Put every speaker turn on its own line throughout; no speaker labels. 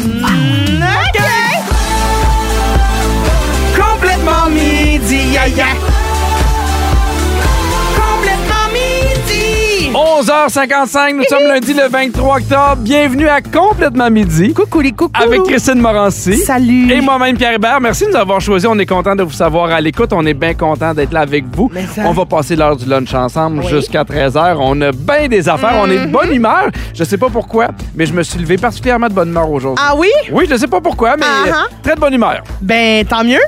Mm, OK! Complètement midi, ya ya! Complètement midi!
11h55, nous sommes lundi le 23 octobre. Bienvenue à Complètement Midi.
Coucou les coucous!
Avec Christine Morancy.
Salut!
Et moi-même, Pierre Hébert. Merci de nous avoir choisis. On est content de vous savoir à l'écoute. On est bien content d'être là avec vous.
Mais ça-
On va passer l'heure du lunch ensemble jusqu'à 13h. On a bien des affaires. On est de
Mm-hmm.
bonne humeur. Je sais pas pourquoi, mais je me suis levé particulièrement de bonne humeur aujourd'hui.
Ah oui?
Oui, je sais pas pourquoi, mais
Ah, ah.
très de bonne humeur.
Ben, tant mieux.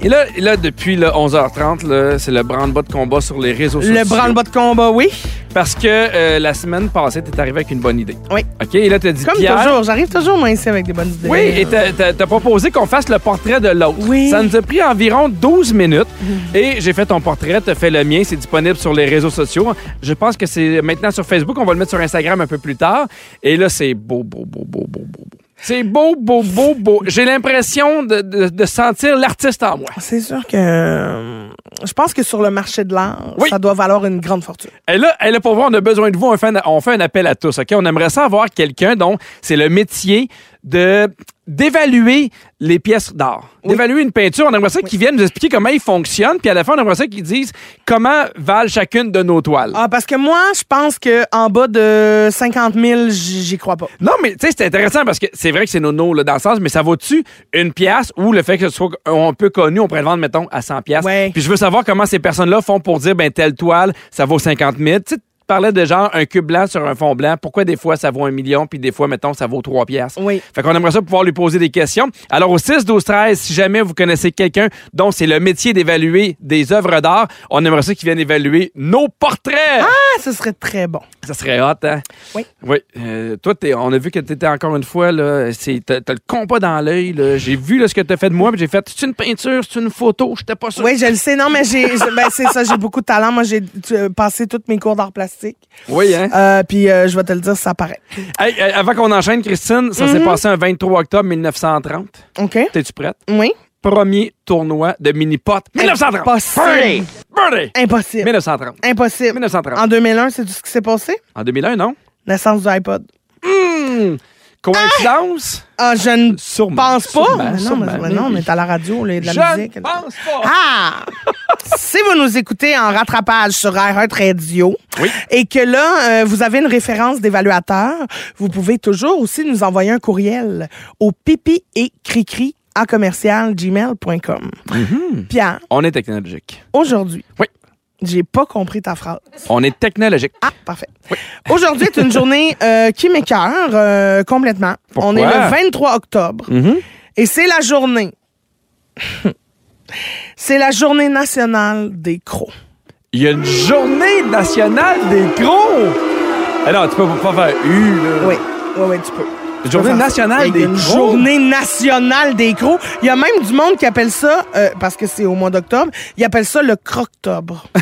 Et là, et là depuis le 11h30, là, c'est le branle-bas de combat sur les réseaux sociaux.
Le branle-bas de combat, oui.
Parce que euh, la semaine passée, t'es arrivé avec une bonne idée.
Oui.
OK, et là, t'as dit
Comme
Pierre...
toujours, j'arrive toujours moi ici avec des bonnes idées.
Oui, et t'as- t'as t'as proposé qu'on fasse le portrait de l'autre.
Oui. Mhm.
Ça nous a pris environ 12 minutes. Et j'ai fait ton portrait, t'as fait le mien. C'est disponible sur les réseaux sociaux. Je pense que c'est maintenant sur Facebook. On va le mettre sur Instagram un peu plus tard. Et là, c'est beau, beau, beau, beau, beau, beau. beau. C'est beau, beau, beau, beau. J'ai l'impression de, de- de sentir l'artiste en moi.
C'est sûr que euh, je pense que sur le marché de l'art,
Oui.
ça doit valoir une grande fortune.
Et là, et là, pour voir, on a besoin de vous. On fait un, on fait un appel à tous, OK? On aimerait ça avoir quelqu'un dont c'est le métier de d'évaluer les pièces d'art. D'évaluer une peinture. On aimerait ça qu'ils viennent nous expliquer comment ils fonctionnent. Puis à la fin, on aimerait ça qu'ils disent comment valent chacune de nos toiles.
Ah, parce que moi, je pense que en bas de 50 000, j- j'y crois pas.
Non, mais tu sais, c'est intéressant parce que c'est vrai que c'est nono, là, dans le sens, mais ça vaut-tu une pièce ou le fait que ce soit un peu connu, on pourrait le vendre, mettons, à 100 pièces.
Ouais.
Puis je veux savoir comment ces personnes-là font pour dire, ben, telle toile, ça vaut 50 000. Tu sais, tu parlais de genre un cube blanc sur un fond blanc. Pourquoi des fois ça vaut un million, puis des fois, mettons, ça vaut 3 pièces?
Oui.
Fait qu'on aimerait ça pouvoir lui poser des questions. Alors, au 6, 12, 13, si jamais vous connaissez quelqu'un dont c'est le métier d'évaluer des œuvres d'art, on aimerait ça qu'il vienne évaluer nos portraits.
Ah, ce serait très bon.
Ça serait hot, hein?
Oui.
Oui. Euh, toi, t'es- on a vu que t'étais encore une fois, là, c'est- t'as t'as le compas dans l'œil, là. J'ai vu là, ce que t'as fait de moi, puis j'ai fait, c'est une peinture, c'est une photo, j'étais pas sûr.
Oui, je le sais. Non, mais j'ai, je- ben, c'est ça, j'ai beaucoup de talent. Moi, j'ai euh, passé tous mes cours d'art plastique.
Oui, hein?
Euh, puis euh, je vais te le dire, ça paraît.
Hey, euh, avant qu'on enchaîne, Christine, ça
Mm-hmm.
s'est passé un 23 octobre 1930.
OK?
T'es-tu prête?
Oui?
Premier tournoi de mini-pot. 1930!
Impossible.
Birdie! Birdie!
Impossible.
1930.
Impossible.
1930.
En 2001, c'est tout ce qui s'est passé?
En 2001, non?
Naissance du iPod.
Hmm. Coïncidence?
Ah, je ne
Sûrement.
pense pas.
Sûrement,
Mais non,
sûrement,
mais- mais
oui.
non, on est à la radio, là, il y a de la
Je
musique.
ne pense pas.
Ah! si vous nous écoutez en rattrapage sur iHeart Radio
Oui.
et que là, euh, vous avez une référence d'évaluateur, vous pouvez toujours aussi nous envoyer un courriel au pipi et cricri à commercial gmail.com. Pierre,
On est technologique.
aujourd'hui,
Mm-hmm. Oui.
j'ai pas compris ta phrase.
On est technologique.
Ah, parfait. Aujourd'hui est une journée euh, qui m'écœure euh, complètement.
Pourquoi?
On est le 23 octobre et c'est la journée. c'est la journée nationale des crocs.
Il y a une journée nationale des crocs! Alors, tu peux pas faire U, là.
Oui, oui, oui, tu peux. Tu peux
Journée
faire ça.
nationale
Il y a
des
une
crocs.
Journée nationale des crocs. Il y a même du monde qui appelle ça, euh, parce que c'est au mois d'octobre, ils appellent ça le croctobre.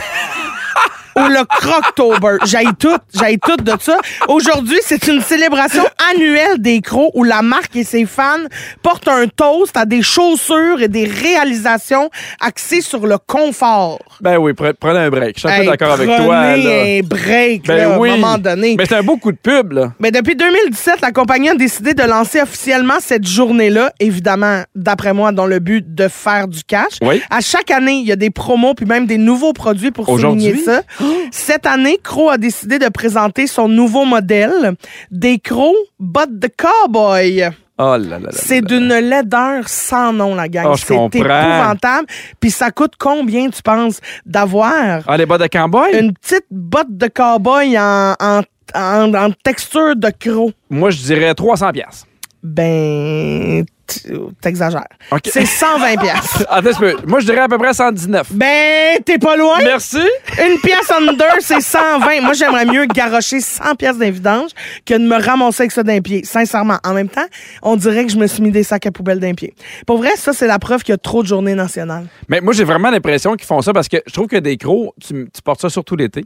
Ou le croctober. J'aille tout, j'aille tout de ça. Aujourd'hui, c'est une célébration annuelle des crocs où la marque et ses fans portent un toast à des chaussures et des réalisations axées sur le confort.
Ben oui, pre- prenez un break. Je suis un peu
Hey,
d'accord avec toi, là.
prenez un break,
Ben
là, à
oui.
un moment donné.
Mais c'est un beau coup de pub, là.
Mais Ben, depuis 2017, la compagnie a décidé de lancer officiellement cette journée-là, évidemment, d'après moi, dans le but de faire du cash.
Oui.
À chaque année, il y a des promos puis même des nouveaux produits pour souligner
Aujourd'hui?
ça. Cette année, Crow a décidé de présenter son nouveau modèle, des Crocs Bottes de Cowboy.
Oh là là là.
C'est
là.
d'une laideur sans nom, la gang.
Oh, je
C'est
comprends.
épouvantable. Puis ça coûte combien, tu penses, d'avoir
Ah, les bas de cowboy?
une petite botte de cowboy en, en, en- en texture de croc?
Moi, je dirais 300 piastres.
Ben, t- t'exagères.
OK.
C'est 120 pièces.
Attends, un peu. Moi, je dirais à peu près 119.
Ben, t'es pas loin.
Merci.
Une pièce under, c'est 120. Moi, j'aimerais mieux garrocher 100 pièces d'invidence que de me ramasser avec ça d'un pied. Sincèrement, en même temps, on dirait que je me suis mis des sacs à poubelle d'un pied. Pour vrai, ça, c'est la preuve qu'il y a trop de journées nationales.
Mais moi, j'ai vraiment l'impression qu'ils font ça parce que je trouve que des crocs, tu, tu portes ça surtout l'été.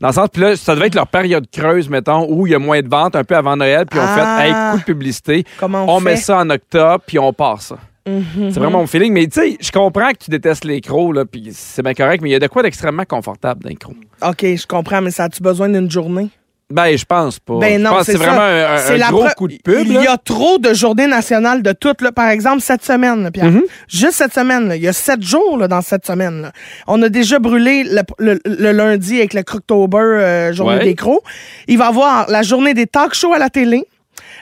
Dans le sens, puis là, ça devait être leur période creuse, mettons, où il y a moins de ventes, un peu avant Noël, puis on
Ah.
fait, hey, coup de publicité.
Comment on
met
fait? Mhm.
ça en octobre, puis on part ça. C'est vraiment mon feeling. Mais tu sais, je comprends que tu détestes les crocs, là, puis c'est bien correct, mais il y a de quoi d'extrêmement confortable d'un croc.
OK, je comprends, mais ça a-tu besoin d'une journée?
Ben, je pense pas.
Ben non,
je pense que
c'est
c'est
ça.
vraiment un, un
C'est la
gros
pre-
coup de pub.
Il
là.
y a trop de journées nationales de toutes. Là. Par exemple, cette semaine, là, Pierre.
Mhm.
Juste cette semaine. là. Il y a sept jours là, dans cette semaine. là. On a déjà brûlé le, le- le lundi avec le Croctober, euh, journée
Ouais.
des crocs. Il va y avoir la journée des talk shows à la télé.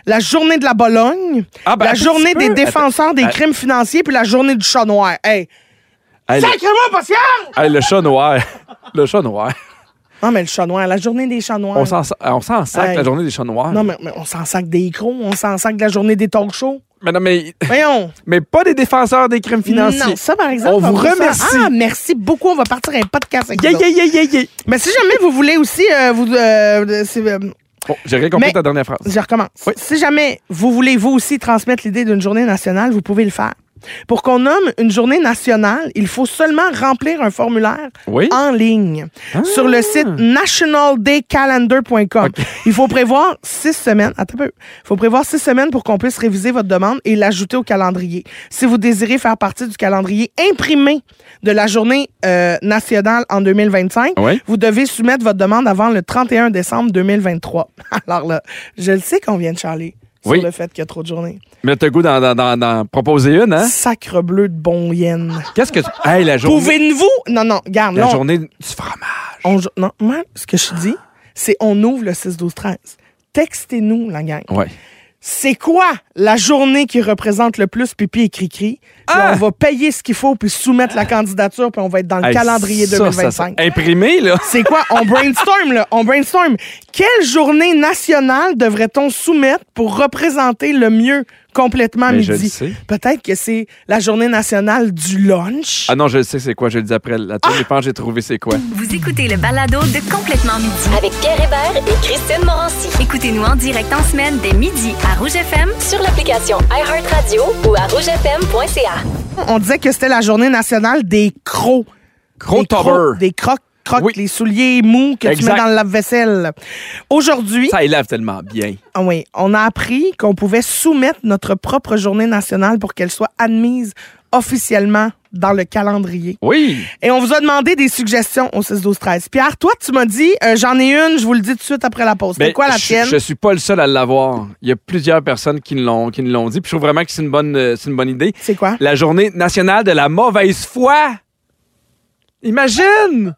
La journée de la Bologne,
Ah, ben,
la
attends,
journée
tu
des
peux-
défenseurs des
attends.
crimes financiers, puis la journée du chat noir. Hey,
Hey, le-
sacrément patient!
hey, le chat noir. Le chat noir.
Non, Ah, mais le chat noir, la journée des chats noirs.
On s'en sa- on s'en sac
Hey.
la journée des chats noirs.
Non, mais, mais on s'en sac des crocs, on s'en sac de la journée des talk shows.
Mais non, mais,
Voyons!
mais pas des défenseurs des crimes financiers.
Non, ça, par exemple.
On vous
va faire ça.
remercie.
Ah, merci beaucoup. On va partir un podcast avec
Yeah,
vous autres.
yeah, yeah, yeah, yeah.
Mais si jamais vous voulez aussi, euh, vous, euh, c'est, euh,
Bon, j'ai rien compris
Mais-
ta dernière phrase.
je recommence.
Oui.
Si jamais vous voulez, vous aussi, transmettre l'idée d'une journée nationale, vous pouvez le faire. Pour qu'on nomme une journée nationale, il faut seulement remplir un formulaire
Oui. Ah.
en ligne sur le site nationaldaycalendar.com. Il faut prévoir six semaines. Attends un peu. Il faut prévoir six semaines pour qu'on puisse réviser votre demande et l'ajouter au calendrier. Si vous désirez faire partie du calendrier imprimé de la journée euh, nationale en 2025,
Oui.
vous devez soumettre votre demande avant le 31 décembre 2023. Alors là, je le sais qu'on vient de charler sur
Oui.
le fait qu'il y a trop de journées.
Mais là, t'as le goût d'en- d'en- d'en d'en proposer une, hein?
Sacre bleu de bon yen.
Qu'est-ce que tu. Hey, la journée.
Pouvez-vous... Non, non, garde,
La
là, on-
journée du fromage.
On jo- non, moi, ce que je dis, c'est on ouvre le 6-12-13. Textez-nous, la gang.
Ouais.
C'est quoi la journée qui représente le plus pipi et cri-cri? Puis
Ah!
on va payer ce qu'il faut, puis soumettre la candidature, puis on va être dans le
Hey,
calendrier
ça,
2025.
ça, ça- Imprimé, là.
C'est quoi? On brainstorm, là. On brainstorm. Quelle journée nationale devrait-on soumettre pour représenter le mieux complètement à
Mais
midi?
je le sais.
Peut-être que c'est la journée nationale du lunch.
Ah non, je le sais, c'est quoi, je le dis après. La tournée, je pense que j'ai trouvé c'est quoi.
Vous écoutez le balado de Complètement Midi.
Avec Pierre Hébert et Christine Morancy.
Écoutez-nous en direct en semaine dès midi à Rouge FM.
Sur l'application iHeartRadio ou à rougefm.ca.
On disait que c'était la journée nationale des crocs. Des crocs,
Crotober.
Des crocs, crocs,
Oui.
les souliers mous que tu
Exact.
mets dans le lave-vaisselle. Aujourd'hui,
Ça élève tellement bien.
ah oui, on a appris qu'on pouvait soumettre notre propre journée nationale pour qu'elle soit admise officiellement dans le calendrier.
Oui.
Et on vous a demandé des suggestions au 6 12 13. Pierre, toi, tu m'as dit, euh, j'en ai une, je vous le dis tout de suite après la pause.
Ben,
C'est quoi la
je-
tienne?
Je, suis pas le seul à l'avoir. Il y a plusieurs personnes qui l'ont qui nous l'ont dit. Puis je trouve vraiment que c'est une bonne euh, c'est une bonne idée.
C'est quoi?
La journée nationale de la mauvaise foi. Imagine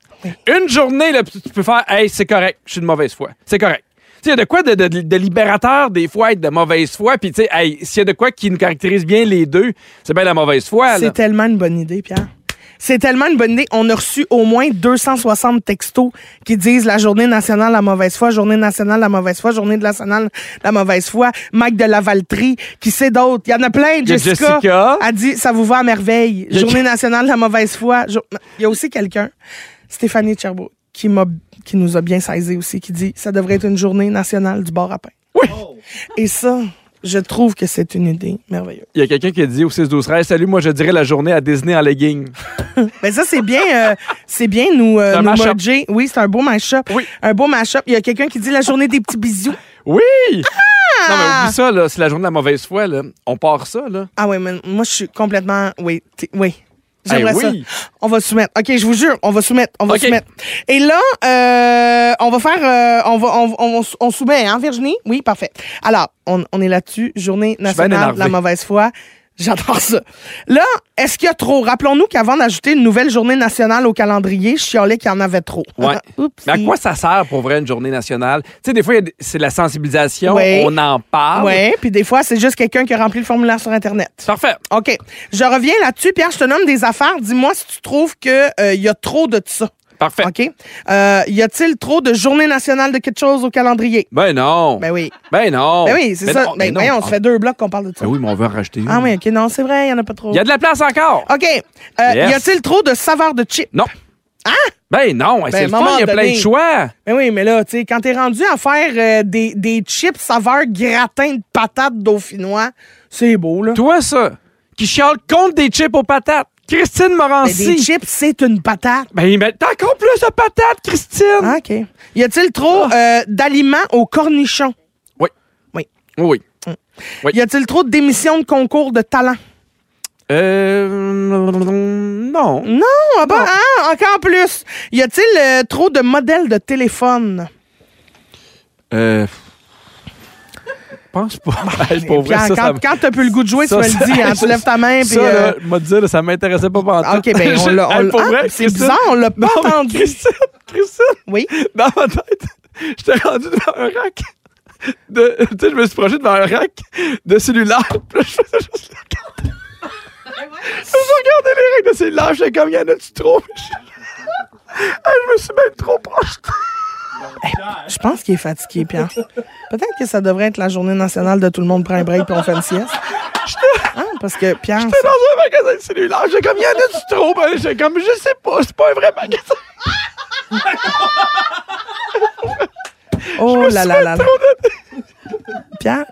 une journée là, tu tu peux faire hey c'est correct, je suis de mauvaise foi. C'est correct. Tu sais, il y a de quoi de, de- de libérateur des fois être de mauvaise foi. Puis tu sais, hey, s'il y a de quoi qui nous caractérise bien les deux, c'est bien la mauvaise foi. là.
C'est tellement une bonne idée, Pierre. C'est tellement une bonne idée. On a reçu au moins 260 textos qui disent la journée nationale de la mauvaise foi, journée nationale de la mauvaise foi, journée nationale de la mauvaise foi. Mike de Lavaltrie, qui sait d'autres. Il y en a plein.
Il y a
Jessica,
Jessica.
a dit ça vous va à merveille.
Il y a-
Journée nationale de la mauvaise foi. jour- Il y a aussi quelqu'un, Stéphanie Cherbo, qui m'a qui nous a bien saisi aussi, qui dit ça devrait être une journée nationale du bar à pain.
Oui.
Et ça, je trouve que c'est une idée merveilleuse.
Il y a quelqu'un qui a dit au 6 12 13 Salut, moi je dirais la journée à Disney en legging.
Ben ça, c'est bien, euh, c'est bien nous, euh,
C'est un
nous
mash-up.
merger. Oui, c'est un beau mash-up.
Oui.
Un beau mash-up. Il y a quelqu'un qui dit la journée des petits bisous.
Oui! Non, mais oublie ça, là. C'est la journée de la mauvaise foi, là. On part ça, là.
Ah oui, mais moi, je suis complètement... Oui, t'es- oui. J'aimerais
Eh oui.
ça. On va soumettre. OK, je vous jure, on va soumettre. On va
OK.
soumettre. Et là, euh, on va faire... euh, on, va, on, on, on soumet, hein, Virginie? Oui, parfait. Alors, on, on est là-dessus. Journée nationale de la
énervé.
mauvaise foi. J'adore ça. Là, est-ce qu'il y a trop? Rappelons-nous qu'avant d'ajouter une nouvelle journée nationale au calendrier, je chialais qu'il y en avait trop.
Ouais.
Ah, Oups.
Mais à quoi ça sert pour vrai une journée nationale? Tu sais, des fois, il y a des- c'est la sensibilisation,
Ouais.
on en parle.
Oui, puis des fois, c'est juste quelqu'un qui a rempli le formulaire sur Internet.
Parfait.
OK. Je reviens là-dessus. Pierre, je te nomme des affaires. Dis-moi si tu trouves qu'il y a trop de ça.
Parfait.
OK? Euh, y a-t-il trop de journée nationale de quelque chose au calendrier?
Ben non.
Ben oui.
Ben non.
Ben oui, c'est
Ben
ça.
non,
ben
non.
voyons, on se fait deux blocs qu'on parle de ça.
Ben oui, mais on veut en racheter une.
Ah oui, OK. Non, c'est vrai, il y en a pas trop.
Il y a de la place encore.
OK. Euh,
Yes.
Y a-t-il trop de saveurs de chips?
Non.
Ah!
Ben non, hey, c'est le fun,
moment
il y a plein
donné.
de choix.
Ben oui, mais là, tu sais, quand t'es rendu à faire euh, des, des chips saveurs gratin de patates dauphinois, c'est beau, là.
Toi, ça, qui chiale contre des chips aux patates. Christine
Mais Ben, des
Morancy.
chips, c'est une patate.
Ben, ben t'as encore plus de patates, Christine.
Ah, OK. Y a-t-il trop
Ah.
euh, d'aliments aux cornichons?
Oui.
Oui.
Oui. Oui.
Y a-t-il trop de démissions de concours de talent?
Euh. Non.
Non, ah bon, hein, encore plus. Y a-t-il euh, trop de modèles de téléphone?
Euh, Je pense pas. Hey, pour vrai,
Pierre,
ça, ça
quand
me-
quand t'as plus le goût de jouer,
ça,
tu me
ça-
le dis. hein.
ça,
tu lèves ta main. puis,
ça,
euh,
là, m'a dit, là, ça m'intéressait pas pendant
OK, ben, on l'a. on l'a-
pour
Ah,
vrai,
c'est
Christine-
bizarre, on l'a
Non,
pas
mais
entendu.
Christine, Christine,
Oui.
dans ma tête, j'étais rendu devant un rack. De, tu sais, je me suis projeté devant un rack de cellulaire. Puis là, je faisais juste le regarder. Je regardais les racks de cellulaire. J'étais comme, il y en a-tu trop? Ah, je me suis même trop projeté.
Je pense qu'il est fatigué, Pierre. Peut-être que ça devrait être la journée nationale de tout le monde prend un break puis on fait une sieste. Hein, parce que Pierre,
J'étais dans un magasin de cellulaire. J'étais comme, il y en a-tu trop? Ben, J'étais comme, je sais pas. C'est pas un vrai magasin.
oh là là là là. Pierre,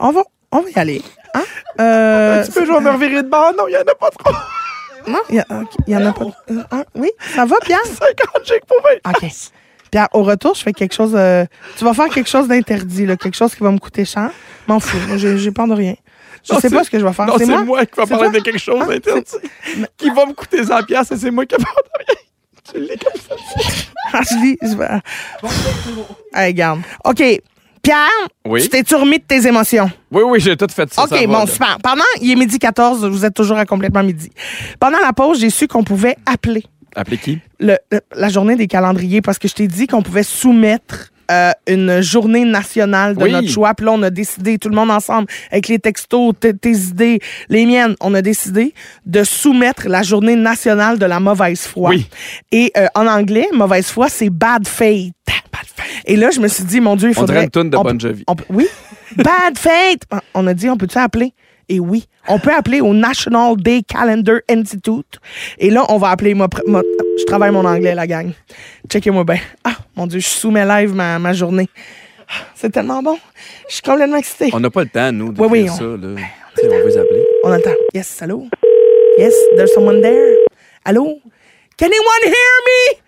on va, on va y aller. Hein? Euh,
Tu peux jouer à me revirer de bord? Non, il y en a pas trop.
non, il y, a- ok, il y en a pas. Hein? Oui, ça va, Pierre?
50 chèques pour 20.
OK. Pierre, au retour, je fais quelque chose. euh, tu vas faire quelque chose d'interdit, là, quelque chose qui va me coûter cher. M'en fous. Moi, J'ai j'ai peur de rien. Je
Non,
sais
c'est-
pas ce que je vais faire.
Non, c'est moi, qui va
C'est
parler
toi?
de quelque chose
Ah,
d'interdit qui va me coûter 100 piastres et c'est moi qui parle de rien. Tu l'es comme ça.
Ah, je lis. Je vais... Hey, garde. OK. Pierre,
Oui?
tu t'es-tu remis de tes émotions?
Oui, oui, j'ai tout fait ça.
OK, bon, super. Pendant, il est midi 14, vous êtes toujours à complètement midi. Pendant la pause, j'ai su qu'on pouvait appeler
Appelez qui?
le- le- la journée des calendriers parce que je t'ai dit qu'on pouvait soumettre euh, une journée nationale de
Oui.
notre choix. Puis là, on a décidé, tout le monde ensemble, avec les textos, t- tes idées, les miennes, on a décidé de soumettre la journée nationale de la mauvaise foi.
Oui.
Et euh, en anglais, mauvaise foi, c'est bad faith. Et là, je me suis dit, mon Dieu, il
On dirait
faudrait...
une toune de
on-
Bon Jovi.
on peut- oui. Bad fate. Ah, On a dit, on peut-tu appeler? Et oui, on peut appeler au National Day Calendar Institute. Et là, on va appeler. moi, pr- moi, je travaille mon anglais, la gang. Checkez-moi bien. Ah, mon Dieu, je soumets live ma, ma journée. Ah, C'est tellement bon. Je suis complètement excitée.
n'a pas le temps, nous, de
Oui, oui, faire on- ça,
Là. On veut les appeler.
On attend. Yes, allô? Yes, there's someone there. Allô? Can anyone hear me?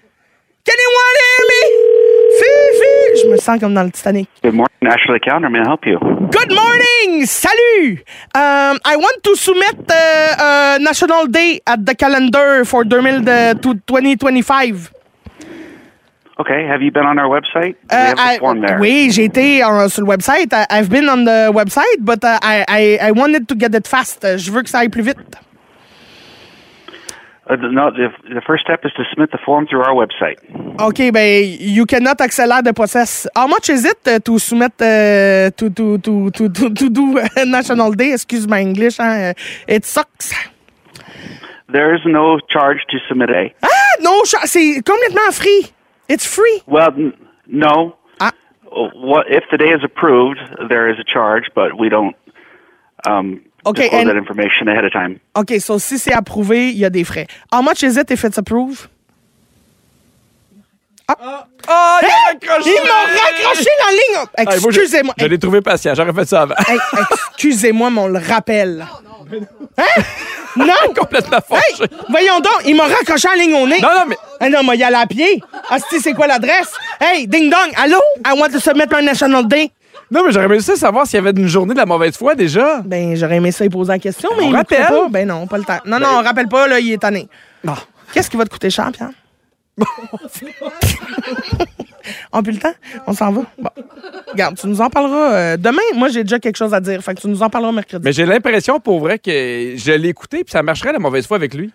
Can anyone hear me? Fifi! Je me sens comme dans le Titanic.
Good morning, Ashley Counter. May I help you?
Good morning! Salut! Um, I want to submit uh, uh, National Day at the calendar for 2000 de- to 2025.
Okay, have you been on our website? we
Uh,
have the
I-
form there.
oui, j'ai été euh, sur le website. I- I've been on the website, but uh, I, I, I wanted to get it fast. Uh, Je veux que ça aille plus vite.
Uh, the, no, the, the first step is to submit the form through our website.
OK, ben, you cannot accelerate the process. How much is it uh, to submit uh, to, to, to, to, to, to do uh, National Day? Excuse my English. hein, uh, It sucks.
There is no charge to submit a.
Ah, non, cha- c'est complètement free. It's free.
Well, n- no.
Ah.
What if the day is approved? There is a charge, but we don't um,
Okay,
disclose
and-
that information ahead of time.
OK, so si c'est approuvé, il y a des frais. How much is it if it's approved?
Ah, il a raccroché!
Ils m'ont raccroché la ligne! Oh,
Hey, moi, je-
Excusez-moi.
Je l'ai trouvé patient. J'aurais fait ça avant.
Hey, hey, Excusez-moi mon rappel. Hein? Non!
Complètement
Hey,
fâché.
voyons donc, il m'a raccroché la ligne au nez.
Non, non, mais-
Ah non, mais il allait à pied. Ah, si, c'est quoi l'adresse? Hey, ding dong, allô? I want to submit my national day.
Non, mais j'aurais aimé ça savoir s'il y avait une journée de la mauvaise foi déjà.
Ben, j'aurais aimé ça y poser la question, mais
On
il me
rappelle.
croit pas. Ben non, pas le temps. Non, non, on rappelle pas, là, il est tanné.
Non.
Qu'est-ce qui va te coûter cher, Pierre? On plus le temps? On s'en va? Bon. Regarde, tu nous en parleras euh, demain. Moi, j'ai déjà quelque chose à dire. Fait que tu nous en parleras mercredi.
Mais j'ai l'impression pour vrai que je l'ai écouté puis ça marcherait la mauvaise foi avec lui.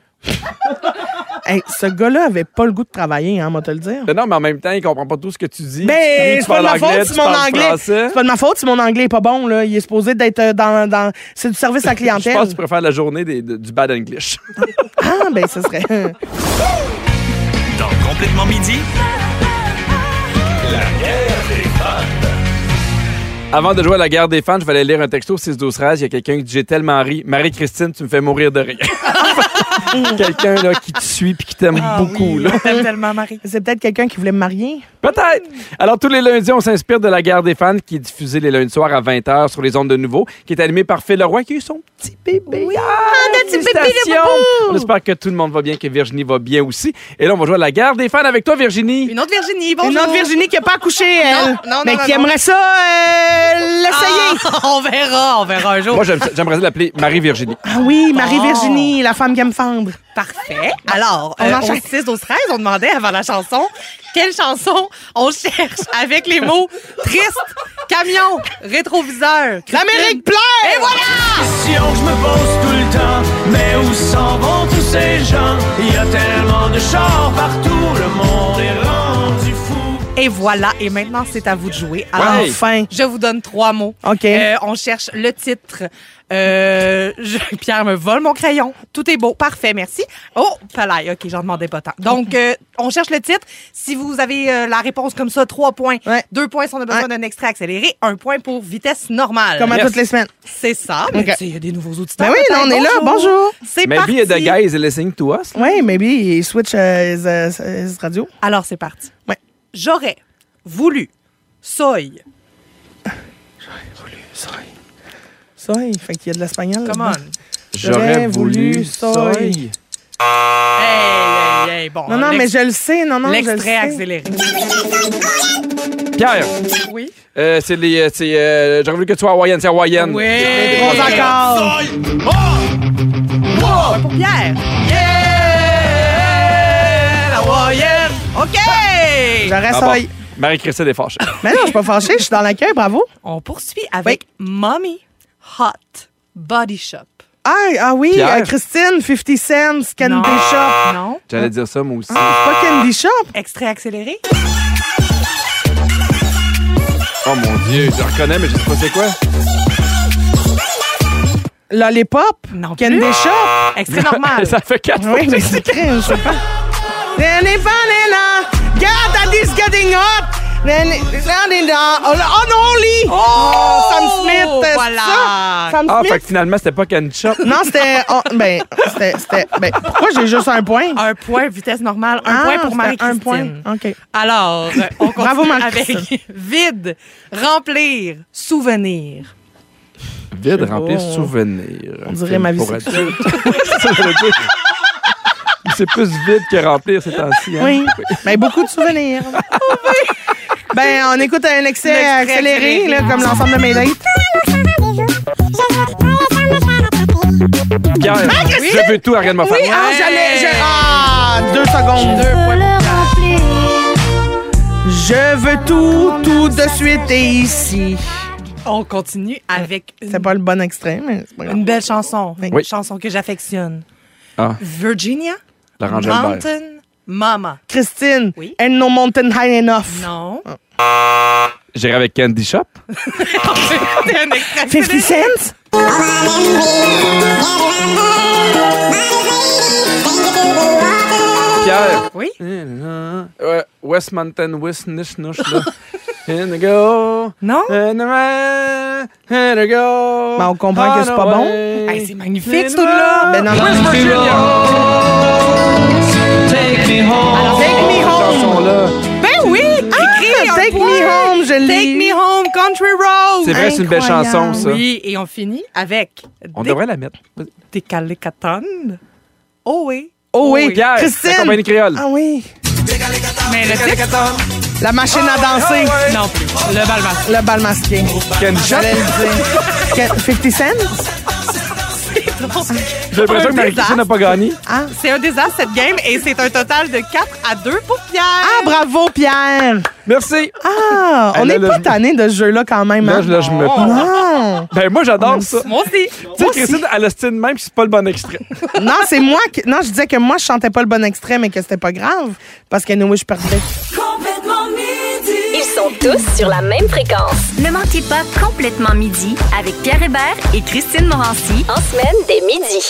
Hey, ce gars-là avait pas le goût de travailler, hein, moi te le dire.
Mais non, mais en même temps, il comprend pas tout ce que tu dis.
Mais Ben,
Tu- tu
c'est pas de ma
parles anglais,
faute
tu
si mon
parles
anglais.
français.
C'est pas de ma faute si mon anglais est pas bon, là. Il est supposé d'être euh, dans. dans... C'est du service à la
Je
clientèle.
pense que tu préfères la journée des- de- du bad English.
Ah, ben, ce serait.
Dans Complètement Midi, la guerre des fans.
Avant de jouer à la guerre des fans, je vais aller lire un texto au 6 12 13 Il y a quelqu'un qui dit J'ai tellement ri. Marie-Christine, tu me fais mourir de rire. quelqu'un là, qui te suit puis qui Ah t'aime
Ah
beaucoup. là.
C'est peut-être quelqu'un qui voulait me marier.
Peut-être. Alors, tous les lundis, on s'inspire de la guerre des fans qui est diffusée les lundis soirs à 20h sur les ondes de nouveau, qui est animée par Phil Leroy, qui est son petit bébé. Ah,
notre petit bébé, le
félicitations.
boubou.
On espère que tout le monde va bien, que Virginie va bien aussi. Et là, on va jouer à la guerre des fans avec toi, Virginie.
Une autre Virginie, bonjour.
Une autre Virginie qui a pas accouché, elle.
non, non,
mais
non,
qui
non.
aimerait ça euh, l'essayer.
Ah, on verra, on verra un jour.
Moi, j'aime ça. j'aimerais ça l'appeler Marie-Virginie.
Ah oui, Marie-Virginie, la femme qui aime fendre.
Parfait. Alors,
On
euh,
enchaîne.
au 6, au 13, on demandait avant la chanson quelle chanson on cherche avec les mots triste, camion, rétroviseur,
L'Amérique pleure!
Et voilà!
Question que je me pose tout le temps, mais où s'en vont tous ces gens? Il y a tellement de chars partout, le monde est rendu fou.
Et voilà. Et maintenant, c'est à vous de jouer. Alors,
Ouais.
Enfin.
je vous donne trois mots.
OK.
Euh, on cherche le titre. Euh, je- Pierre me vole mon crayon. Tout est beau. Parfait, merci. Oh, falaille. OK, j'en demandais pas tant. Donc, euh, on cherche le titre. Si vous avez euh, la réponse comme ça, trois points.
Ouais.
Deux points si on a besoin
Ouais.
d'un extrait accéléré. Un point pour vitesse normale.
Comme à
Yes.
toutes les semaines.
C'est ça. Mais
OK.
tu sais, il y a des nouveaux auditeurs.
Ben oui, là,
peut-être.
on est là. Bonjour.
C'est parti.
Maybe the guy is listening to us.
Oui, maybe il switch euh, his, euh, his radio.
Alors, c'est parti.
Ouais.
J'aurais voulu soy.
Soy. Soy. Fait qu'il y a de l'espagnol.
Come
là-dedans.
on.
J'aurais voulu
soy.
soy.
Hey, hey, hey. Bon,
Non, non, mais
l'ex-
je le sais. Non, non, je le
L'extrait
sais.
accéléré.
Pierre,
Oui.
euh, c'est les. euh, c'est, euh, J'aurais voulu que tu sois hawaïenne, c'est hawaïenne.
Oui.
Gros
Ah
accord.
Oh, Pour Pierre. Yeah! La Hawaïenne. OK!
J'aurais
Ah bon.
soy.
Marie-Christine est fâchée.
Mais non, je suis pas fâchée. Je suis dans l'accueil. Bravo.
On poursuit avec Mommy Hot Body Shop.
Ah, ah oui,
Pierre.
euh, Christine, 50 Cent, Candy Shop.
Non.
J'allais dire ça, moi aussi.
C'est pas Candy Shop.
Extrait accéléré.
Oh mon Dieu, je le reconnais, mais je sais pas c'est quoi.
Lollipop.
Non plus.
Candy Shop.
Extrait normal.
Ça fait quatre fois.
Oui, mais c'est crème, je sais pas. René Vanella, get that is getting hot. René Vanella, unholy.
Oh,
Ah, Sam Smith, c'est
voilà.
ça. Sam
Ah,
Smith.
fait que finalement, c'était pas Candy Shop.
Non, c'était. oh, ben, c'était. c'était- Ben, pourquoi j'ai juste un point?
Un point, vitesse normale. Un
Ah,
point pour
c'était
Marie-Christine.
Un point. OK.
Alors, euh, on continue
Bravo, Marie-Christine.
avec vide, remplir, souvenir.
Vide, remplir,
pas.
souvenir.
On dirait ma vie
Pour
sexuelle.
adulte. Ça veut dire- C'est plus vide que remplir ces temps-ci. hein.
Oui. Ben, beaucoup de souvenirs. ben, on écoute un
Oh, Un
excès
extrait
accéléré,
accéléré.
là, comme l'ensemble de mes dates.
Pierre, je veux tout, arrête-moi
Oui,
faire.
hein.
ah, j'allais. je- Ah, deux secondes.
Deux points pour Pierre.
Je veux tout, tout de suite et ici.
On continue avec
C'est
une,
pas le bon extrait, mais c'est pas grave.
une belle chanson.
Oui.
Une chanson que j'affectionne.
Ah.
Virginia
Laurent Jalbert.
Mountain Mama.
Christine,
Oui.
and no mountain high enough.
Non.
J'irai avec Candy Shop.
C'était un extrait.
50 cents?
Pierre.
Oui.
Ouais, West Mountain, West Nish Nush, là. Here we go.
Non?
And I- here we go.
Ben, on comprend que c'est pas bon.
Hey, c'est magnifique, ce
tout
là
Ben non, non.
Alors, take me home.
là
Ben oui. écrit un
Take
point.
me home, je l'ai.
Take me home, country
C'est
road.
vrai, c'est une belle
Incroyable.
chanson, ça.
Oui, et on finit avec
On devrait la mettre.
Décalécatone. Oh oui.
Oh oui,
Oui.
Pierre,
Christine.
la compagnie créole.
Ah oui.
Mais le titre,
La machine à danser.
non plus. Le bal masqué.
Le bal masqué.
Candy Shop.
J'allais le dire. Que- 50 cents?
J'ai l'impression que Marie-Christine n'a pas gagné.
C'est un désastre, cette game, et c'est un total de 4 à 2 pour Pierre.
Ah, bravo, Pierre.
Merci.
Ah, on
Hey, là,
n'est
là,
pas
je-
tanné de ce jeu-là quand même.
Là,
hein?
je, là, je me.
Non,
Ben, moi, j'adore ça.
Moi aussi.
Tu sais, Christine, elle ostine même que c'est pas le bon extrait.
non c'est moi qui. Non, je disais que moi, je chantais pas le bon extrait, mais que c'était pas grave. Parce que nous, je perdais.
Ils sont tous sur la même fréquence.
Ne manquez pas complètement midi avec Pierre Hébert et Christine Morancy.
En semaine dès midi.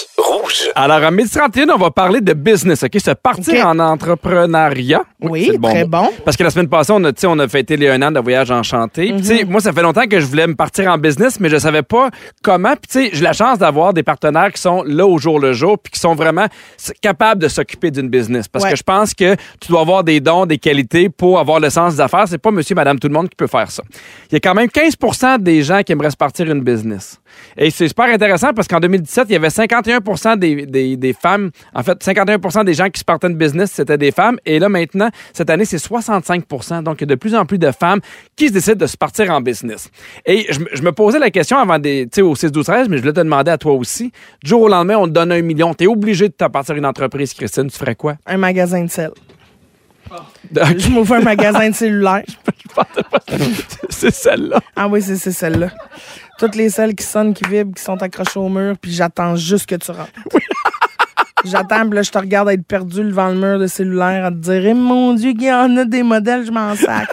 Alors, à 12h31, on va parler de business, OK? Se partir
OK.
en entrepreneuriat.
Oui,
c'est le
très
mot.
bon.
Parce que la semaine passée, on a, tu sais, on a fêté les un an de voyage enchanté. Puis, tu
Mhm.
sais, moi, ça fait longtemps que je voulais me partir en business, mais je savais pas comment. Puis, tu sais, j'ai la chance d'avoir des partenaires qui sont là au jour le jour puis qui sont vraiment s- capables de s'occuper d'une business. Parce
Ouais.
que je pense que tu dois avoir des dons, des qualités pour avoir le sens des affaires. C'est pas monsieur, monsieur, madame, tout le monde qui peut faire ça. Il y a quand même 15 des gens qui aimeraient se partir une business. Et c'est super intéressant parce qu'en 2017, il y avait 51 des, des, des femmes, en fait, 51 des gens qui se partaient une business, c'était des femmes. Et là, maintenant, cette année, c'est 65 Donc, il y a de plus en plus de femmes qui se décident de se partir en business. Et je, me- je me posais la question avant des, tu sais, au 6-12-13, mais je voulais te demander à toi aussi. Du jour au lendemain, on te donne un million. T'es obligé de te partir une entreprise, Christine. Tu ferais quoi?
Un magasin de sel.
Ah. Ok,
Je m'ouvre un magasin de cellulaire.
c'est celle-là.
Ah oui, c'est c'est celle-là. Toutes les selles qui sonnent, qui vibrent, qui sont accrochées au mur, puis j'attends juste que tu rentres. J'attends, puis là, je te regarde être perdu devant le mur de cellulaire à te dire Eh, Mon Dieu, il y en a des modèles, je m'en sac.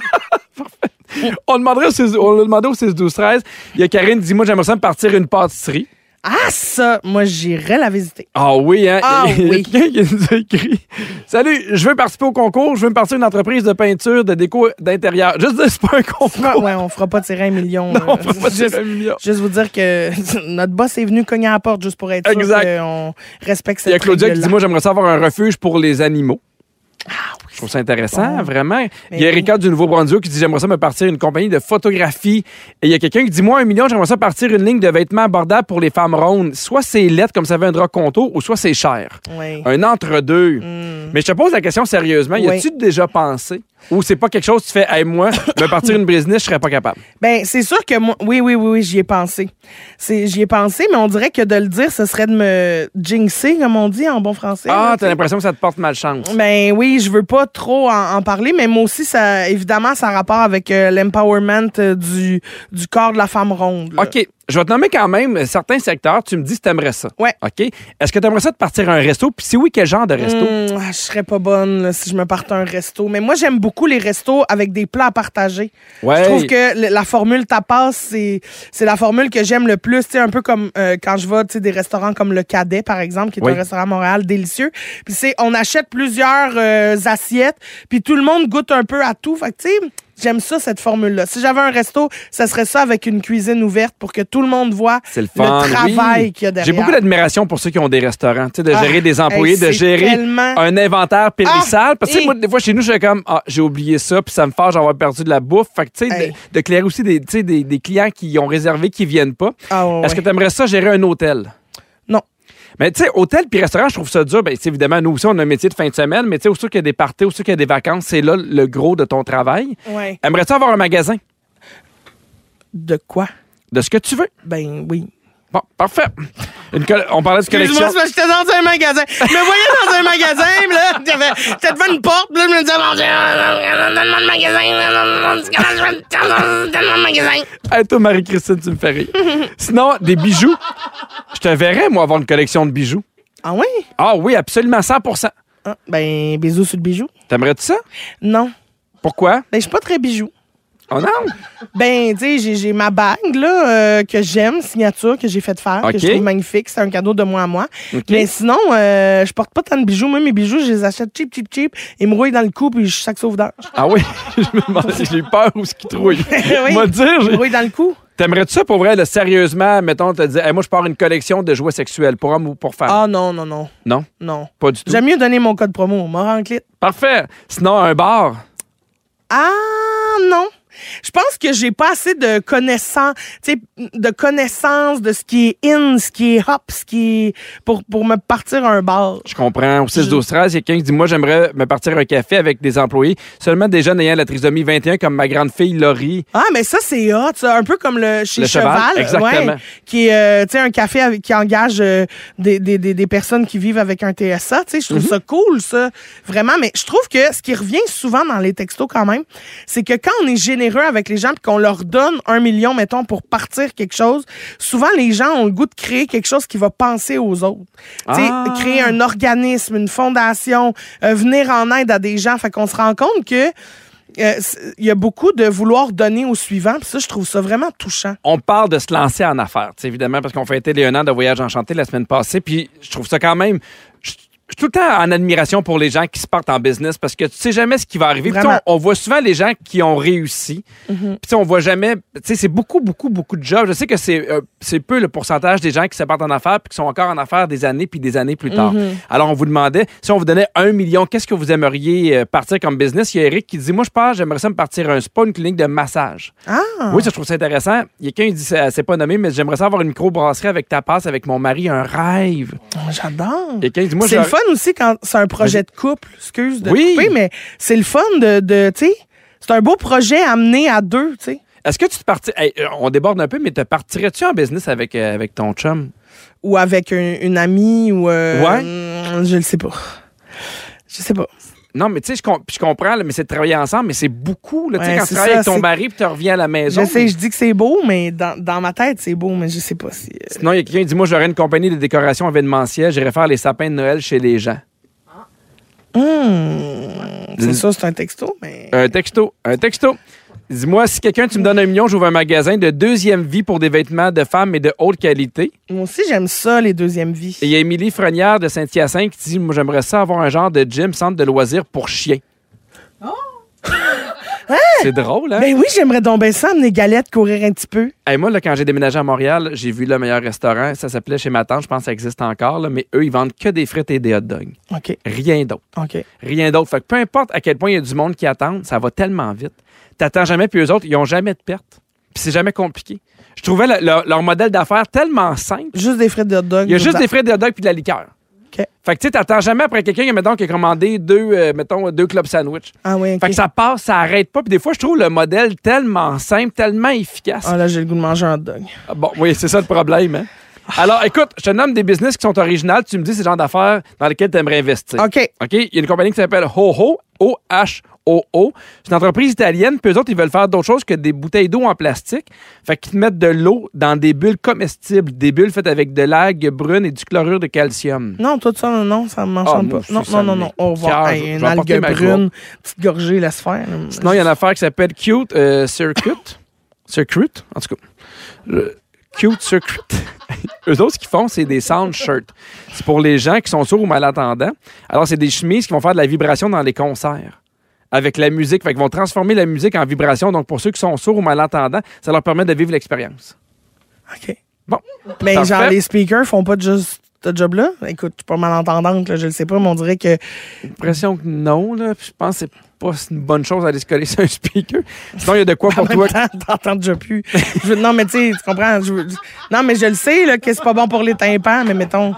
On, demanderait au 6 on l'a demandé au 6-12-13. Il y a Karine qui dit Moi, j'aimerais ça me partir une pâtisserie.
ah, ça, moi, j'irai la visiter.
Ah oui, hein?
Ah
Il y a
oui.
quelqu'un qui nous a écrit. Salut, je veux participer au concours. Je veux me partir une entreprise de peinture, de déco d'intérieur. Juste dire, c'est pas un
Ah,
concours.
ouais, on fera pas tirer un million. euh,
Oh. on fera pas
juste,
tirer un million.
juste vous dire que notre boss est venu cogner à la porte juste pour être
Exact.
sûr qu'on respecte cette Ah
Il y a Claudia qui
règle-là.
dit Moi, j'aimerais savoir un refuge pour les animaux. Je trouve ça intéressant, vraiment. Il y a
Ben oui.
Erika du Nouveau-Brunswick qui dit J'aimerais ça me partir une compagnie de photographie. Et il y a quelqu'un qui dit Moi, un million, j'aimerais ça partir une ligne de vêtements abordables pour les femmes rondes. Soit c'est lettre, comme ça avait un drap contour, ou soit c'est cher.
Oui.
Un entre-deux.
Mm.
Mais je te pose la question sérieusement Y
Oui.
a-tu déjà pensé Ou c'est pas quelque chose que tu fais Hey, moi, me partir une business, je serais pas capable.
Ben, c'est sûr que moi, oui, oui, oui, oui, j'y ai pensé. C'est, j'y ai pensé, mais on dirait que de le dire, ce serait de me jinxer, comme on dit en bon français.
Ah,
là,
t'as
tu sais.
l'impression que ça te porte malchance.
Ben oui, je veux pas trop en, en parler, mais moi aussi, ça, évidemment, ça a rapport avec euh, l'empowerment euh, du, du corps de la femme ronde. là.
OK. Je vais te nommer quand même certains secteurs. Tu me dis si t'aimerais ça.
Ouais.
OK. Est-ce que t'aimerais ça de partir à un resto? Puis si oui, quel genre de resto?
Hum, ah, je serais pas bonne là, si je me partais un resto. Mais moi, j'aime beaucoup les restos avec des plats à partager.
Ouais.
Je trouve que le- la formule tapas, c'est c'est la formule que j'aime le plus. Tu sais, un peu comme euh, quand je vais tu sais, des restaurants comme Le Cadet, par exemple, qui est
Oui.
un restaurant à Montréal délicieux. Puis c'est, on achète plusieurs euh, assiettes, puis tout le monde goûte un peu à tout. Fait que, tu sais, j'aime ça, cette formule-là. Si j'avais un resto, ça serait ça avec une cuisine ouverte pour que tout le monde voit
C'est le fun. oui.
travail qu'il y a derrière.
J'ai beaucoup d'admiration pour ceux qui ont des restaurants. Tu sais, de
Ah,
gérer des employés,
hey,
de
c'est
gérer
tellement-
un inventaire périssable.
Ah,
Parce que tu sais,
hi.
moi, des fois, chez nous, je suis comme, ah, j'ai oublié ça, puis ça me fâche d'avoir perdu de la bouffe. Fait que, tu sais,
Hey.
de, de clairer aussi des, tu sais, des, des clients qui ont réservé, qui viennent pas.
Ah, ouais,
Est-ce
ouais.
que t'aimerais ça gérer un hôtel?
Non.
Mais tu sais, hôtel puis restaurant, je trouve ça dur. Ben, tu sais, évidemment, nous aussi, on a un métier de fin de semaine, mais tu sais, aussi qu'il y a des parties, aussi qu'il y a des vacances, c'est là le gros de ton travail.
Ouais.
Aimerais-tu avoir un magasin
De quoi?
de ce que tu veux?
Ben oui.
Bon, parfait. Une colle- on parlait de collection.
Excuse-moi, c'est parce que j'étais dans un magasin. Je me voyais dans un magasin, puis là, j'avais- j'étais devant une porte, puis là, je me disais, mon Dieu,
Donne-moi le magasin. Donne-moi le- donne-moi le magasin.
Hey, toi, Marie-Christine, tu me fais rire. Sinon, des bijoux. Je te verrais, moi, avoir une collection de bijoux.
Ah oui?
Ah oui, absolument, 100
Ah, ben, bisous sur le bijou.
T'aimerais-tu ça?
Non.
Pourquoi?
Ben, je suis pas très bijou.
Oh non!
Ben, tu sais, j'ai- j'ai ma bague, là, euh, que j'aime, signature, que j'ai faite faire,
Ok.
que je trouve magnifique. C'est un cadeau de moi à moi.
Ok.
Mais sinon, euh, je porte pas tant de bijoux. Moi, mes bijoux, je les achète cheap, cheap, cheap. Ils me rouillent dans le cou, puis je suis sac sauveur.
Ah oui, je me demandais, j'ai eu peur où ce qui trouille.
Oui.
Moi, dire,
Ils me
j'ai-
rouillent dans le cou.
T'aimerais-tu ça pour vrai, là, sérieusement, mettons, te dire, Hey, moi, je pars une collection de jouets sexuels pour hommes ou pour femmes?
Ah non, non, non,
Non,
non.
pas du tout.
J'aime mieux donner mon code promo, Moranclite.
Parfait. Sinon, un bar.
Ah non. Je pense que j'ai pas assez de connaissances, tu sais, de connaissances de ce qui est in, ce qui est hop, ce qui est pour pour me partir à un bar.
Je comprends. Au 6, 12, 13, il y a quelqu'un qui dit Moi, j'aimerais me partir un café avec des employés, seulement des jeunes ayant la trisomie 21, comme ma grande fille Laurie.
Ah mais ça c'est hot, ça. un peu comme le chez
Le Cheval,
Cheval,
exactement.
ouais, qui est euh, tu sais un café avec- qui engage euh, des, des, des, des personnes qui vivent avec un TSA, tu sais, je
Mhm.
trouve ça cool ça, vraiment mais je trouve que ce qui revient souvent dans les textos quand même, c'est que quand on est généreux avec les gens puis qu'on leur donne un million mettons pour partir quelque chose, souvent les gens ont le goût de créer quelque chose qui va penser aux autres. Tu sais,
Ah.
créer un organisme, une fondation, euh, venir en aide à des gens. Fait qu'on se rend compte que euh, c'est- il y a beaucoup de vouloir donner au suivant. Puis ça, je trouve ça vraiment touchant.
on parle de se lancer en affaires, tu sais, évidemment, parce qu'on fêtait les un an de voyage enchanté la semaine passée. Puis je trouve ça quand même. Je, je suis tout le temps en admiration pour les gens qui se partent en business parce que tu sais jamais ce qui va arriver. Puis, tu sais,
Vraiment.
on, on voit souvent les gens qui ont réussi.
Mhm.
Puis tu sais, on voit jamais. Tu sais, c'est beaucoup, beaucoup, beaucoup de jobs. Je sais que c'est euh, c'est peu le pourcentage des gens qui se partent en affaires puis qui sont encore en affaires des années puis des années plus tard.
Mhm.
Alors on vous demandait si on vous donnait un million, qu'est-ce que vous aimeriez euh, partir comme business Il y a Eric qui dit moi je pense j'aimerais ça me partir un spa, une clinique de massage.
Ah!
Oui, ça, je trouve ça intéressant. Il y a quelqu'un qui dit, ça- c'est pas nommé, mais j'aimerais ça avoir une microbrasserie avec ta passe, avec mon mari, un rêve.
J'adore!
Il y a quelqu'un qui dit, moi,
c'est le
j'aurais-
fun aussi quand c'est un projet de couple, excuse de
Oui.
couper, mais c'est le fun de, de tu sais, c'est un beau projet amené à deux, tu sais.
Est-ce que tu te partis, Hey, euh, on déborde un peu, mais te partirais-tu en business avec, euh, avec ton chum?
Ou avec un- une amie ou... euh,
Ouais.
mm, Je le sais pas. Je sais pas.
Non, mais tu sais, je, com- puis je comprends, là, mais c'est de travailler ensemble, mais c'est beaucoup. Là, tu sais,
Ouais,
quand tu
c'est
travailles
ça,
avec ton
c'est-
mari, puis tu reviens à la maison.
Je sais, je dis que c'est beau, mais dans, dans ma tête, c'est beau, mais je sais pas si... euh,
Sinon, il y a quelqu'un qui dit, moi, j'aurais une compagnie de décoration événementielle, j'irais faire les sapins de Noël chez les gens.
C'est ça, c'est un texto, mais...
Un texto, un texto. Dis-moi, si quelqu'un, tu me donnes un million, j'ouvre un magasin de deuxième vie pour des vêtements de femmes et de haute qualité.
Moi aussi, j'aime ça, les deuxièmes vies.
Et il y a Émilie Frenière de Saint-Hyacinthe qui dit Moi, j'aimerais ça avoir un genre de gym, centre de loisirs pour chiens.
Oh!
C'est drôle, hein?
Ben oui, j'aimerais donc bien ça, amener Galette courir un petit peu.
Hey, moi, là, quand j'ai déménagé à Montréal, j'ai vu le meilleur restaurant. Ça s'appelait chez ma tante, je pense que ça existe encore, là, mais eux, ils vendent que des frites et des hot dogs.
OK,
Rien d'autre.
OK.
Rien d'autre. Fait que peu importe à quel point il y a du monde qui attend, ça va tellement vite. T'attends jamais, puis eux autres, ils ont jamais de perte. Puis c'est jamais compliqué. Je trouvais le- leur- leur modèle d'affaires tellement simple.
Juste des frites de hot dog.
Il y a juste
d'autres
des frais de hot dog puis de la liqueur.
OK.
Fait que tu sais, t'attends jamais après quelqu'un qui, mettons, qui a commandé deux, euh, mettons, deux clubs sandwich.
Ah oui, OK.
Fait que ça passe, ça arrête pas. Puis des fois, je trouve le modèle tellement simple, tellement efficace.
Ah là, j'ai le goût de manger un hot dog.
Ah, Bon, oui, c'est ça le problème. hein. Alors, écoute, je te nomme des business qui sont originales. Tu me dis c'est le genre d'affaires dans lesquelles tu aimerais investir.
OK.
OK? Il y a une compagnie qui s'appelle HoHo, O-H-O-O. C'est une entreprise italienne. Puis eux autres, ils veulent faire d'autres choses que des bouteilles d'eau en plastique. Fait qu'ils te mettent de l'eau dans des bulles comestibles, des bulles faites avec de l'algue brune et du chlorure de calcium.
Non, tout ça, non, non, ça ne
Ah,
m'enchante
moi
pas.
aussi,
Non,
ça
non, non, non. Au revoir.
m'écoeure.
Hey,
Je vais
une
apporter
algue
ma
brune, petite gorgée, laisse faire.
Sinon, il y a une affaire qui s'appelle Cute euh, Circuit. Circuit, en tout cas. Le Cute Circuit. Eux autres, ce qu'ils font, c'est des sound shirts. C'est pour les gens qui sont sourds ou malentendants. Alors, c'est des chemises qui vont faire de la vibration dans les concerts. Avec la musique. Fait qu'ils vont transformer la musique en vibration. Donc, pour ceux qui sont sourds ou malentendants, ça leur permet de vivre l'expérience.
OK.
Bon.
Mais
Parfait.
genre, les speakers font pas juste ce job-là. Écoute, je suis pas malentendante, là, je le sais pas, mais on dirait que.
Impression que non, là. Puis Je pense que c'est pas une bonne chose d'aller se coller sur un speaker. Sinon, il y a de quoi
En
pour Ah, toi.
même temps, t'entends déjà plus. Je veux- non, mais tu sais, tu comprends. je veux- non, mais je le sais, là, que c'est pas bon pour les tympans, mais mettons.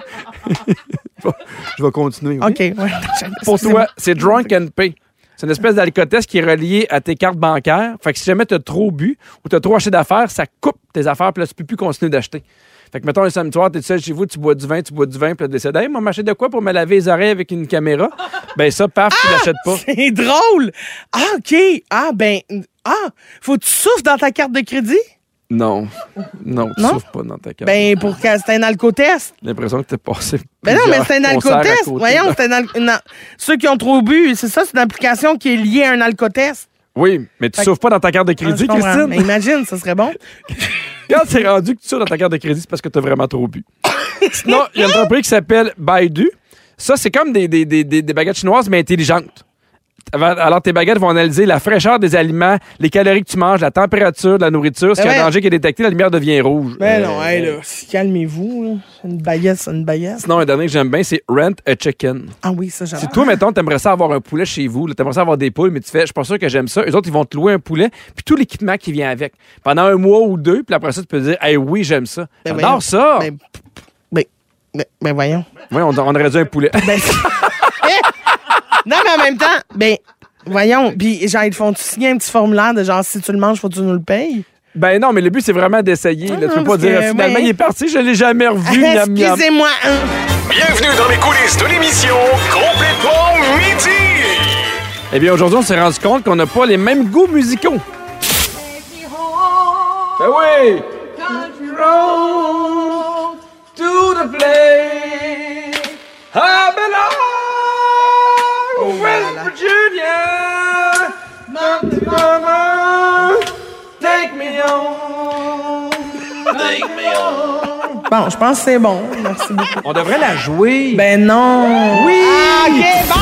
Je vais continuer.
OK, ouais.
pour toi, c'est Drunk and Pay. C'est une espèce d'alcotest qui est reliée à tes cartes bancaires. Fait que si jamais tu as trop bu ou tu as trop acheté d'affaires, ça coupe tes affaires, puis là, tu peux plus continuer d'acheter. Fait que, mettons, un samedi soir, tu es seul chez vous, tu bois du vin, tu bois du vin, puis là, tu décides, hey, moi, m'acheter de quoi pour me laver les oreilles avec une caméra? Ben, ça, paf, tu l'achètes pas.
C'est drôle. Ah, OK. Ah, ben. Ah, faut que tu souffles dans ta carte de crédit?
Non. Non, tu
Non?
souffres pas dans ta carte.
Ben, pour que c'est un alcotest.
J'ai l'impression que t'es passé.
Ben non, mais c'est un
plusieurs concerts à
alcotest.
côté
Voyons,
de-
c'est un al- une al- Ceux qui ont trop bu, c'est ça, c'est une application qui est liée à un alcotest.
Oui, mais tu
Fait que-
souffres pas dans ta carte de
Hein, je
crédit,
comprends.
Christine.
Mais imagine, ça serait bon.
Quand c'est rendu que tu sors dans ta carte de crédit, c'est parce que tu as vraiment trop bu. Sinon, il y a une entreprise qui s'appelle Baidu. Ça, c'est comme des, des, des, des- des baguettes chinoises, mais intelligentes. Avant- Alors, tes baguettes vont analyser la fraîcheur des aliments, les calories que tu manges, la température de la nourriture. S'il y a
Ben
un
ouais.
danger qui est détecté, la lumière devient rouge.
Ben
Euh,
non, hey, là, calmez-vous. là. C'est Une baguette, c'est une baguette.
Sinon, un dernier que j'aime bien, c'est Rent a Chicken.
Ah oui, ça, j'adore.
Si toi, mettons, t'aimerais ça avoir un poulet chez vous, là, t'aimerais ça avoir des poules, mais tu fais, je suis pas sûr que j'aime ça. Eux autres, ils vont te louer un poulet, puis tout l'équipement qui vient avec. Pendant un mois ou deux, puis après ça, tu peux dire, hey, oui, j'aime ça.
Ben
J'adore
voyons.
ça.
Ben, ben, ben, ben voyons.
Oui, on, on aurait dû un poulet.
Ben, non, mais en même temps, ben, voyons. Puis, genre, ils te font-tu signer un petit formulaire de genre, si tu le manges, faut que tu nous le payes?
Ben non, mais le but, c'est vraiment d'essayer. là. tu peux
non,
pas
parce
dire,
que,
finalement,
ouais.
il est parti, je l'ai jamais revu. miam, miam.
Excusez-moi. hein.
Bienvenue dans les coulisses de l'émission Complètement Midi.
Eh bien, aujourd'hui, on s'est rendu compte qu'on n'a pas les mêmes goûts musicaux. Ben oui! to the place I belong, West Virginia. Mama, take me home.
Bon, je pense que c'est bon. Merci beaucoup.
On devrait la jouer.
Ben non.
oui!
Ah, OK, bon.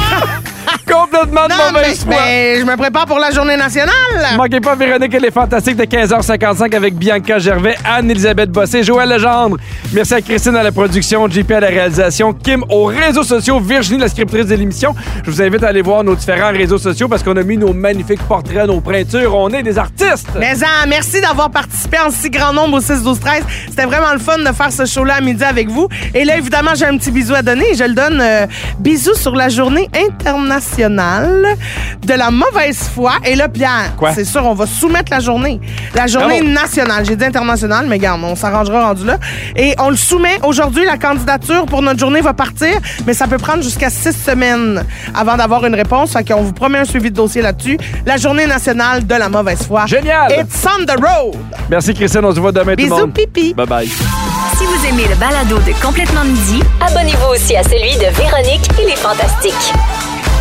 Complètement de
Non, mais
mauvaise foi.
mais je me prépare pour la journée nationale.
Manquez pas Véronique et les Fantastiques de 15h55 avec Bianca Gervais, Anne-Elisabeth Bossé, Joël Legendre. Merci à Christine à la production, JP à la réalisation, Kim aux réseaux sociaux, Virginie, la scriptrice de l'émission. Je vous invite à aller voir nos différents réseaux sociaux parce qu'on a mis nos magnifiques portraits, nos peintures. On est des artistes!
Mais ah, merci d'avoir participé en si grand nombre au 6 12 13. C'était vraiment le fun de faire ce show là à midi avec vous. Et là évidemment, j'ai un petit bisou à donner et je le donne euh, bisous sur la journée internationale de la mauvaise foi et là Pierre,
Quoi?
c'est sûr on va soumettre la journée, la journée
Bravo.
nationale. J'ai dit internationale mais garde, on s'arrangera rendu là et on le soumet aujourd'hui la candidature pour notre journée va partir mais ça peut prendre jusqu'à six semaines avant d'avoir une réponse. Fait qu'on vous promet un suivi de dossier là-dessus. La journée nationale de la mauvaise foi.
Génial!
It's on the road.
Merci Christine, on se voit demain tout le
Bisous,
monde.
pipi.
Bye bye.
Si vous aimez le balado de Complètement Midi,
Abonnez-vous aussi à celui de Véronique et les Fantastiques.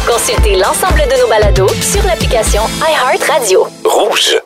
Consultez l'ensemble de nos balados sur l'application iHeartRadio.
Rouge.